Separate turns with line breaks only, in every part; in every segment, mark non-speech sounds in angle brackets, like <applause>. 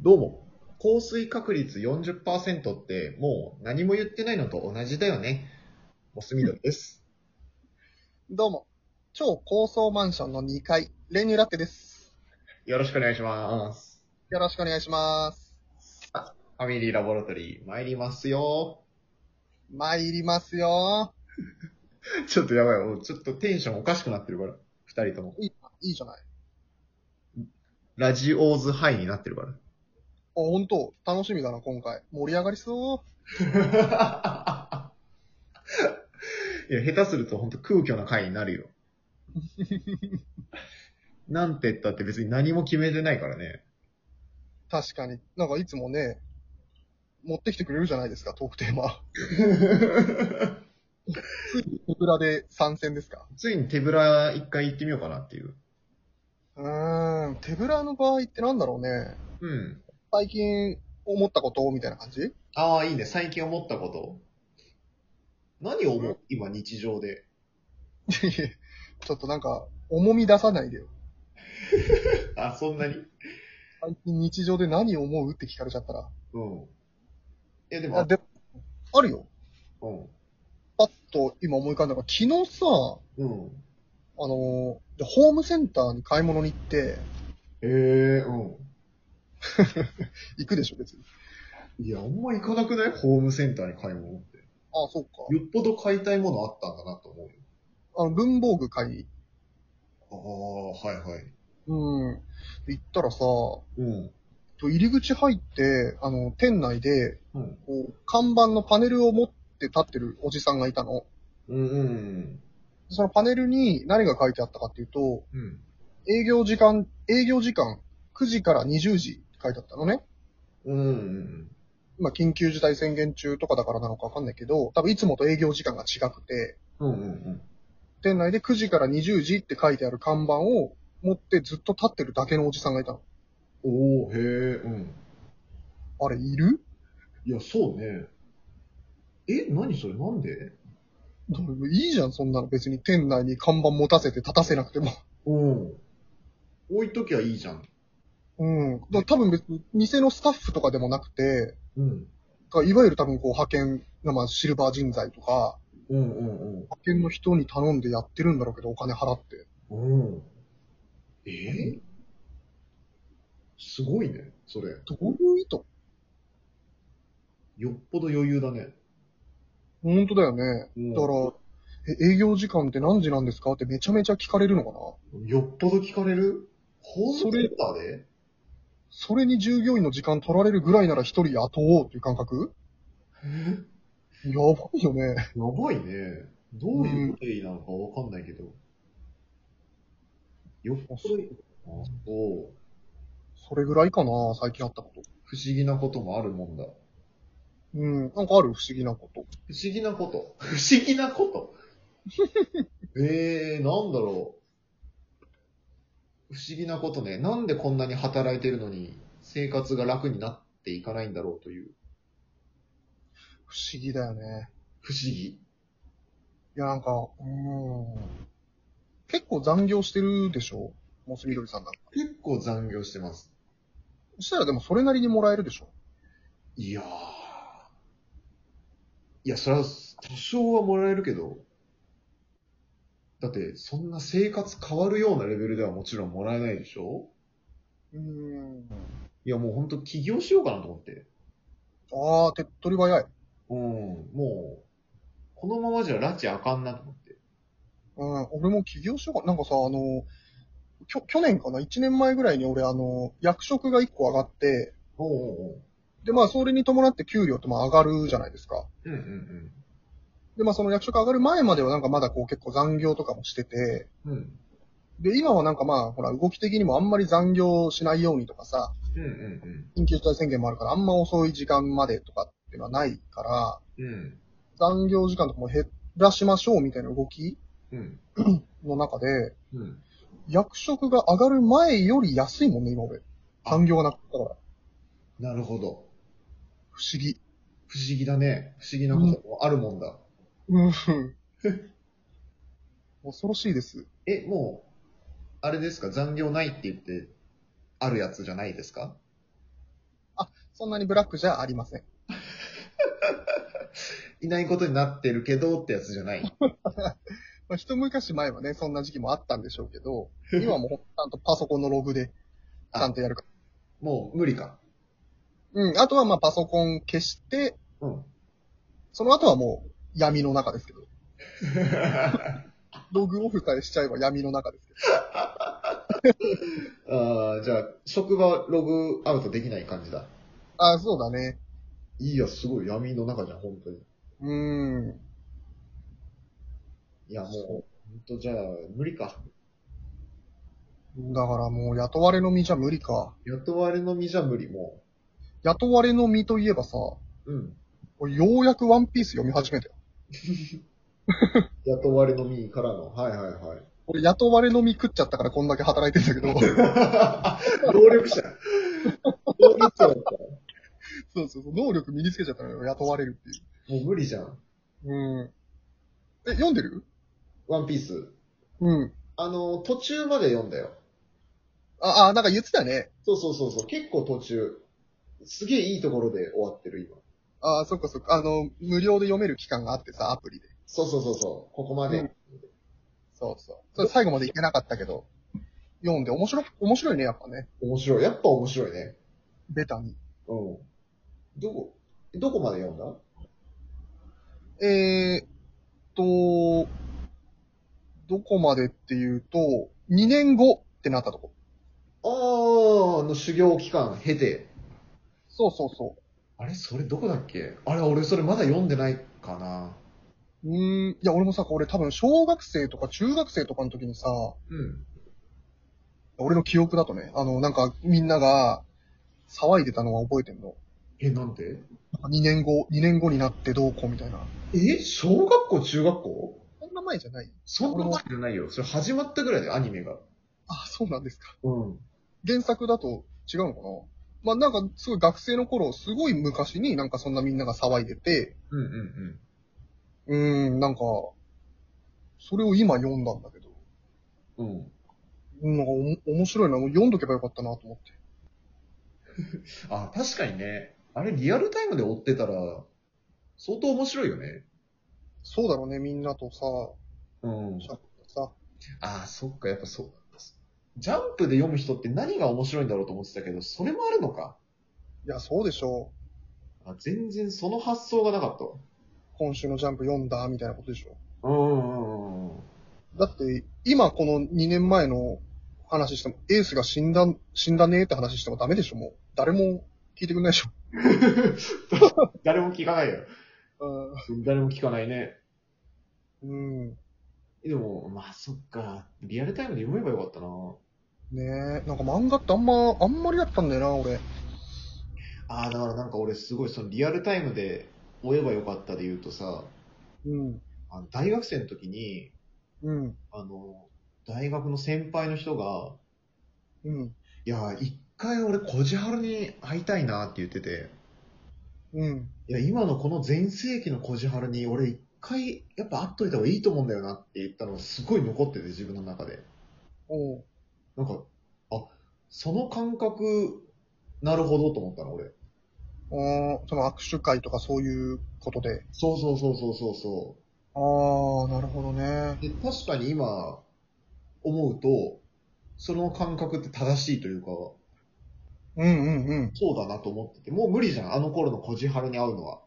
どうも。降水確率40%ってもう何も言ってないのと同じだよね。モスミドリです。
どうも。超高層マンションの2階、レニューラテです。
<laughs> よろしくお願いします。
よろしくお願いします。
ファミリーラボラトリー参りますよ。
参りますよ。
ちょっとやばい。もうちょっとテンションおかしくなってるから。二人とも。
いいじゃない。
ラジオーズハイになってるから。
あ、ほんと、楽しみだな、今回。盛り上がりそ
<laughs> いや、下手すると本当空虚な回になる <laughs> よ。なんて言ったって別に何も決めてないから <laughs> ね。
う。確かに。なんかいつもね、持ってきてくれるじゃないですか、トークテーマ。手ぶらで参戦ですか
ついに手ぶら一回行ってみようかなっていう。
うーん、手ぶらの場合ってなんだろうね。
うん。
最近思ったことみたいな感じ <laughs>
ああ、いいね。最近思ったこと。何を思う今、日常で。
ちょっとなんか、重み出さないでよ。
あ、そんなに
最近日常で何思うって聞かれちゃったら。
うん。いや、でも、
あ、で、あるよ。
うん。
パッと今思い浮かんだのが、昨日さ、
うん。
あのーでホームセンターに買い物に行って、
ええう
行くでしょ、別に。
ん。いや、あんま行かなくないホームセンターに買い物って。
ああ、そうか。
よっぽど買いたいものあったんだなと思うよ。
あの、文房具買いに。
ああ、はいはい。
うん。で行ったらさ、
うん。
と入り口入って、あの、店内で、
うん。
こう、看板のパネルを持って立ってるおじさんがいたの。
うんうん
そのパネルに何が書いてあったかっていうと、
うん。うん。
営業時間、営業時間9時から20時って書いてあったのね。
うんうん
まあ、緊急事態宣言中とかだからなのかわかんないけど、多分いつもと営業時間が違くて、
うん。うんうんうん。
店内で9時から20時って書いてある看板を持ってずっと立ってるだけのおじさんがいたの。
おおへえ、うん。
あれ、いる
いや、そうね。え、何それなんで
どういいじゃん、そんなの。別に店内に看板持たせて立たせなくても。
うん。置いときゃいいじゃん。
うん。だから多分別に店のスタッフとかでもなくて、
うん。
だからいわゆる多分こう派遣、まあシルバー人材とか、
うんうん
派遣の人に頼んでやってるんだろうけど、お金払って。
うん。うん。えーすごいね、それ。
どういう意図
よっぽど余裕だね。
本当だよね。
うん
だから、え営業時間って何時なんですかってめちゃめちゃ聞かれるのかな
よっぽど聞かれるホームセンターで
それに従業員の時間取られるぐらいなら一人雇おうっていう感覚
え
やばいよね。
やばいね。どういう経緯なのかわかんないけど。よっぽど、あそう
それぐらいかな、最近あったこと。
不思議なこともあるもんだ。
うん、なんかある不思議なこと。
不思議なこと。不思議なこと <laughs> えー、なんだろう。不思議なことね。なんでこんなに働いてるのに生活が楽になっていかないんだろうという
不思議だよね。
不思議。
いや、なんか、うーん。結構残業してるでしょモスみどりさんなんか。
結構残業してます。
そしたらでもそれなりにもらえるでしょ
いやー。いや、それは多少はもらえるけど、だってそんな生活変わるようなレベルではもちろんもらえないでしょ
うーん。
いや、もうほんと起業しようかなと思って。
あー、手っ取り早い。
うん、もう、このままじゃ拉致あかんなと思って。
うん、俺も起業しようか。なんかさ、あの、きょ、去年かな ?1 年前ぐらいに俺、あの、役職が1個上がって、
おうおうおう。
で、まあ、それに伴って給料ってまあ上がるじゃないですか。
うんうん
で、まあその役職上がる前まではなんかまだこう結構残業とかもしてて、
うん。うん。
で、今はなんかまあ、ほら、動き的にもあんまり残業しないようにとかさ、
うんうん
緊急事態宣言もあるから、あんま遅い時間までとかっていうのはないから、
うん。うん。
残業時間とかも減らしましょうみたいな動き
うん。
の中で、
うん。
役職が上がる前より安いもんね、今俺。残業がなかったから。
なるほど。
不思議。
不思議だね。不思議なこともあるもんだ。
うん。 <laughs> 恐ろしいです。
え、もう、あれですか残業ないって言って、あるやつじゃないですか
そんなにブラックじゃありません。
いないことになってるけどってやつじゃない。
まあ、一昔前はね、そんな時期もあったんでしょうけど、今はもうほんちゃんとパソコンのログで、ちゃんとやるから。
もう無理か。
うん、あとはまあパソコン消して、
うん。
その後はもう闇の中ですけど、ログオフさえしちゃえば闇の中ですけ
<laughs>
ど。
ああ、じゃあ、職場ログアウトできない感じだ。
ああ、そうだね。
いいや、すごい闇の中じゃん、本当に。
うーん。
いや、もう、
そ
本当じゃあ、無理か。
だからもう雇われの身じゃ無理か。
雇われの身じゃ無理、も
雇われの身といえばさ、
う。うん。
俺ようやくワンピース読み始めたよ。
雇われの身からの。はいはい <laughs> はい。
俺雇われの身食っちゃったからこんだけ働いてんだけど。
労力者。労力者だった。
そうそうそう、能力身につけちゃったのよ、雇われるってい
もう無理じゃん。
う。うん。え、読んでる
ワンピース。
うん。
あの、途中まで読んだよ。
あ、あ、なんか言ってたね。
そうそうそうそう。結構途中。すげえいいところで終わってる、今。
あ、そっかそっか。あの、無料で読める期間があってさ、アプリで。
そうそうそうそう。ここまで。
うんそうそう。それ最後までいけなかったけど、読んで面白く、面白いね、やっぱね。
面白い。やっぱ面白いね。
ベタに。
うん。どこ、どこまで読んだ
えーっと、どこまでっていうと、2年後ってなったとこ。
あー、あの修行期間経て。
そうそうそ
あれそれどこだっけあれ俺それまだ読んでないかな。
う。うーん。いや、俺もさ、俺多分小学生とか中学生とかの時にさ、
うん。
俺の記憶だとね、あの、なんかみんなが騒いでたのは覚えてんの。
え、なんで
なんか2年後、2年後になってどうこうみたいな。
え小学校中学校
そんな前じゃない
そんな前じゃないよ。それ始まったぐらいでアニメが。
あ、そうなんですか。
うん。
原作だと違うのかなまあなんかすごい学生の頃、すごい昔になんかそんなみんなが騒いでて、
うんうんうん。
うーん、なんか、それを今読んだんだけど、
うん。
なんかおも面白いな、もう読んどけばよかったなと思って。
あ、確かにね。あれリアルタイムで追ってたら、相当面白いよね。
そうだろうね、みんなとさ、
うん
さ、
ああ、そっか、やっぱそう。ジャンプで読む人って何が面白いんだろうと思ってたけど、それもあるのか。
いや、そうでしょう。
あ全然その発想がなかったわ。
今週のジャンプ読んだ、みたいなことでしょ。
うんうんうん。
だって、今この2年前の話しても、エースが死んだ、死んだねって話してもダメでしょ、もう。誰も聞いてくれないでしょ。
誰も聞かないよ。
う
誰も聞かないね。
ん。
でも、まあそっか。リアルタイムで読めばよかったな。
ねえ、なんか漫画ってあんま、あんまりだったんだよな、俺。
ああ、だからなんか俺すごいそのリアルタイムで追えばよかったで言うとさ、
うん。
あの大学生の時に、
うん。
あの、大学の先輩の人が、
うん。
いやー、一回俺、こじはるに会いたいなって言ってて、
うん。
いや、今のこの全盛期のこじはるに、俺一回、やっぱ会っといた方がいいと思うんだよなって言ったのがすごい残ってて、自分の中で。
おう
なんか、あ、その感覚、なるほどと思ったの、俺。
あーその握手会とかそういうことで。
そうそうそうそうそうそ
ああ、なるほどね
う。。で、確かに今、思うと、その感覚って正しいというか、
うんうんうん。
そうだなと思ってて、もう無理じゃん、あの頃のこじはるに会うのは。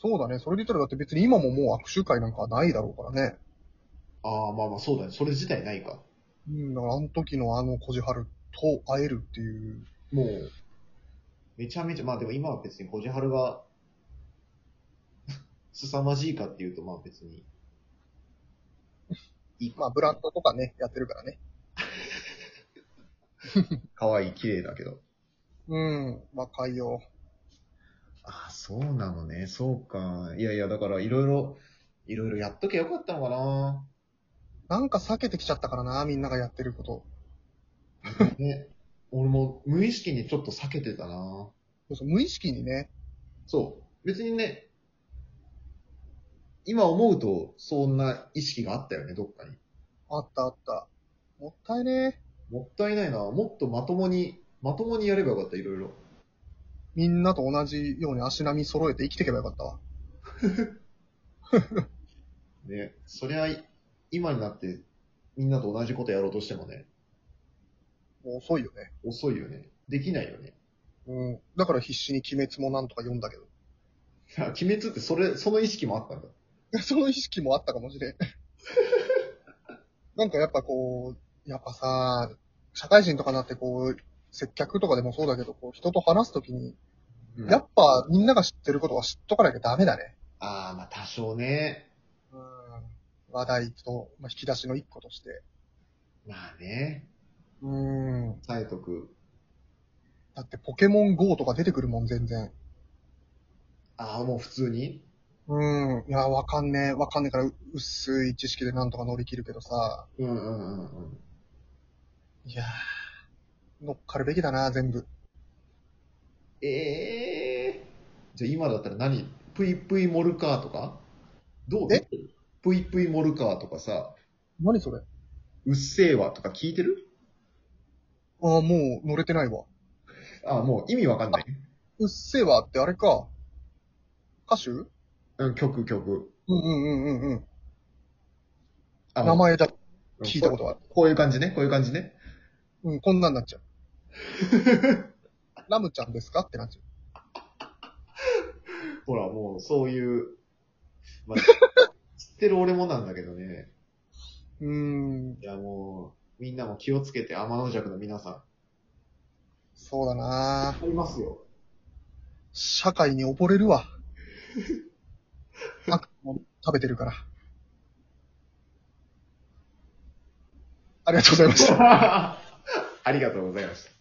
そうだね。それで言ったらだって別に今ももう握手会なんかはないだろうからね。
ああ、まあまあそうだね、それ自体ないか。
うん。だからあの時のあの小路春と会えるっていう。
もう、めちゃめちゃ、まあでも今は別にこじはるが、 <laughs> 凄まじいかっていうと、まあ別に。いい
まあ
か。
ブランドとかね、やってるからね。
可愛い綺麗だけど。
うん。若いよ。
ああ、そうなのね。そうか。いやいや、だからいろいろ、いろいろやっときゃよかったのかな。
なんか避けてきちゃったからな、みんながやってること。
ね。俺も無意識にちょっと避けてたな。
そうそう無意識にね。
そう。別にね、今思うと、そんな意識があったよね、どっかに。
あったあった。もったいねえ。
もったいないな。もっとまともに、まともにやればよかった、いろいろ。
みんなと同じように足並み揃えて生きていけばよかったわ。
ね、そりゃ、い今になって、みんなと同じことやろうとしてもね、
もう遅いよね。
遅いよね。できないよね。 <laughs>
うん。だから必死に鬼滅もなんとか読んだけど。 <laughs>
あ鬼滅ってそれ、その意識もあったんだ。
その意識もあったかもしれん。 <laughs> なんかやっぱこう、やっぱさ、社会人とかになってこう、接客とかでもそうだけど、こう人と話すときに、
うん
やっぱみんなが知ってることは知っとかなきゃダメだね。
ああ、まあ多少ね。
うん。話題と、まあ、引き出しの一個として。
まあね、
うん。
さえとく。
だってポケモン GO とか出てくるもん全然。
ああ、もう普通に
うん。いや、わかんねえ。わかんねえから、う薄い知識でなんとか乗り切るけどさ。
うんうんうんうん。
いやー、乗っかるべきだな、全部。
ええじゃあ今だったら何ぷいぷいモルカーとかどう
え
ぷいぷいモルカーとかさ、
何それ
うっせぇわとか聞いてる
ああ、もう乗れてないわ。
ああ、もう意味わかんない。
うっせぇわってあれか。歌手うん
うん、曲曲。
うんうんうんうん。
あ
名前だ、
うん
聞いたことある。
こういう感じね、こういう感じね。
うん、こんなんなっちゃう。ラムちゃんですかってなっちゃ
ほら、もう、そういう、
<laughs>
まあ、知ってる俺もなんだけどね。
う。うーん、
いや、もう、みんなも気をつけて、天の弱の皆さ。
そうだなん
あります
<laughs>
よ。 <laughs>
社会に溺れるわ。悪も食べてるから。ありがとうございました。
ありがとうございました。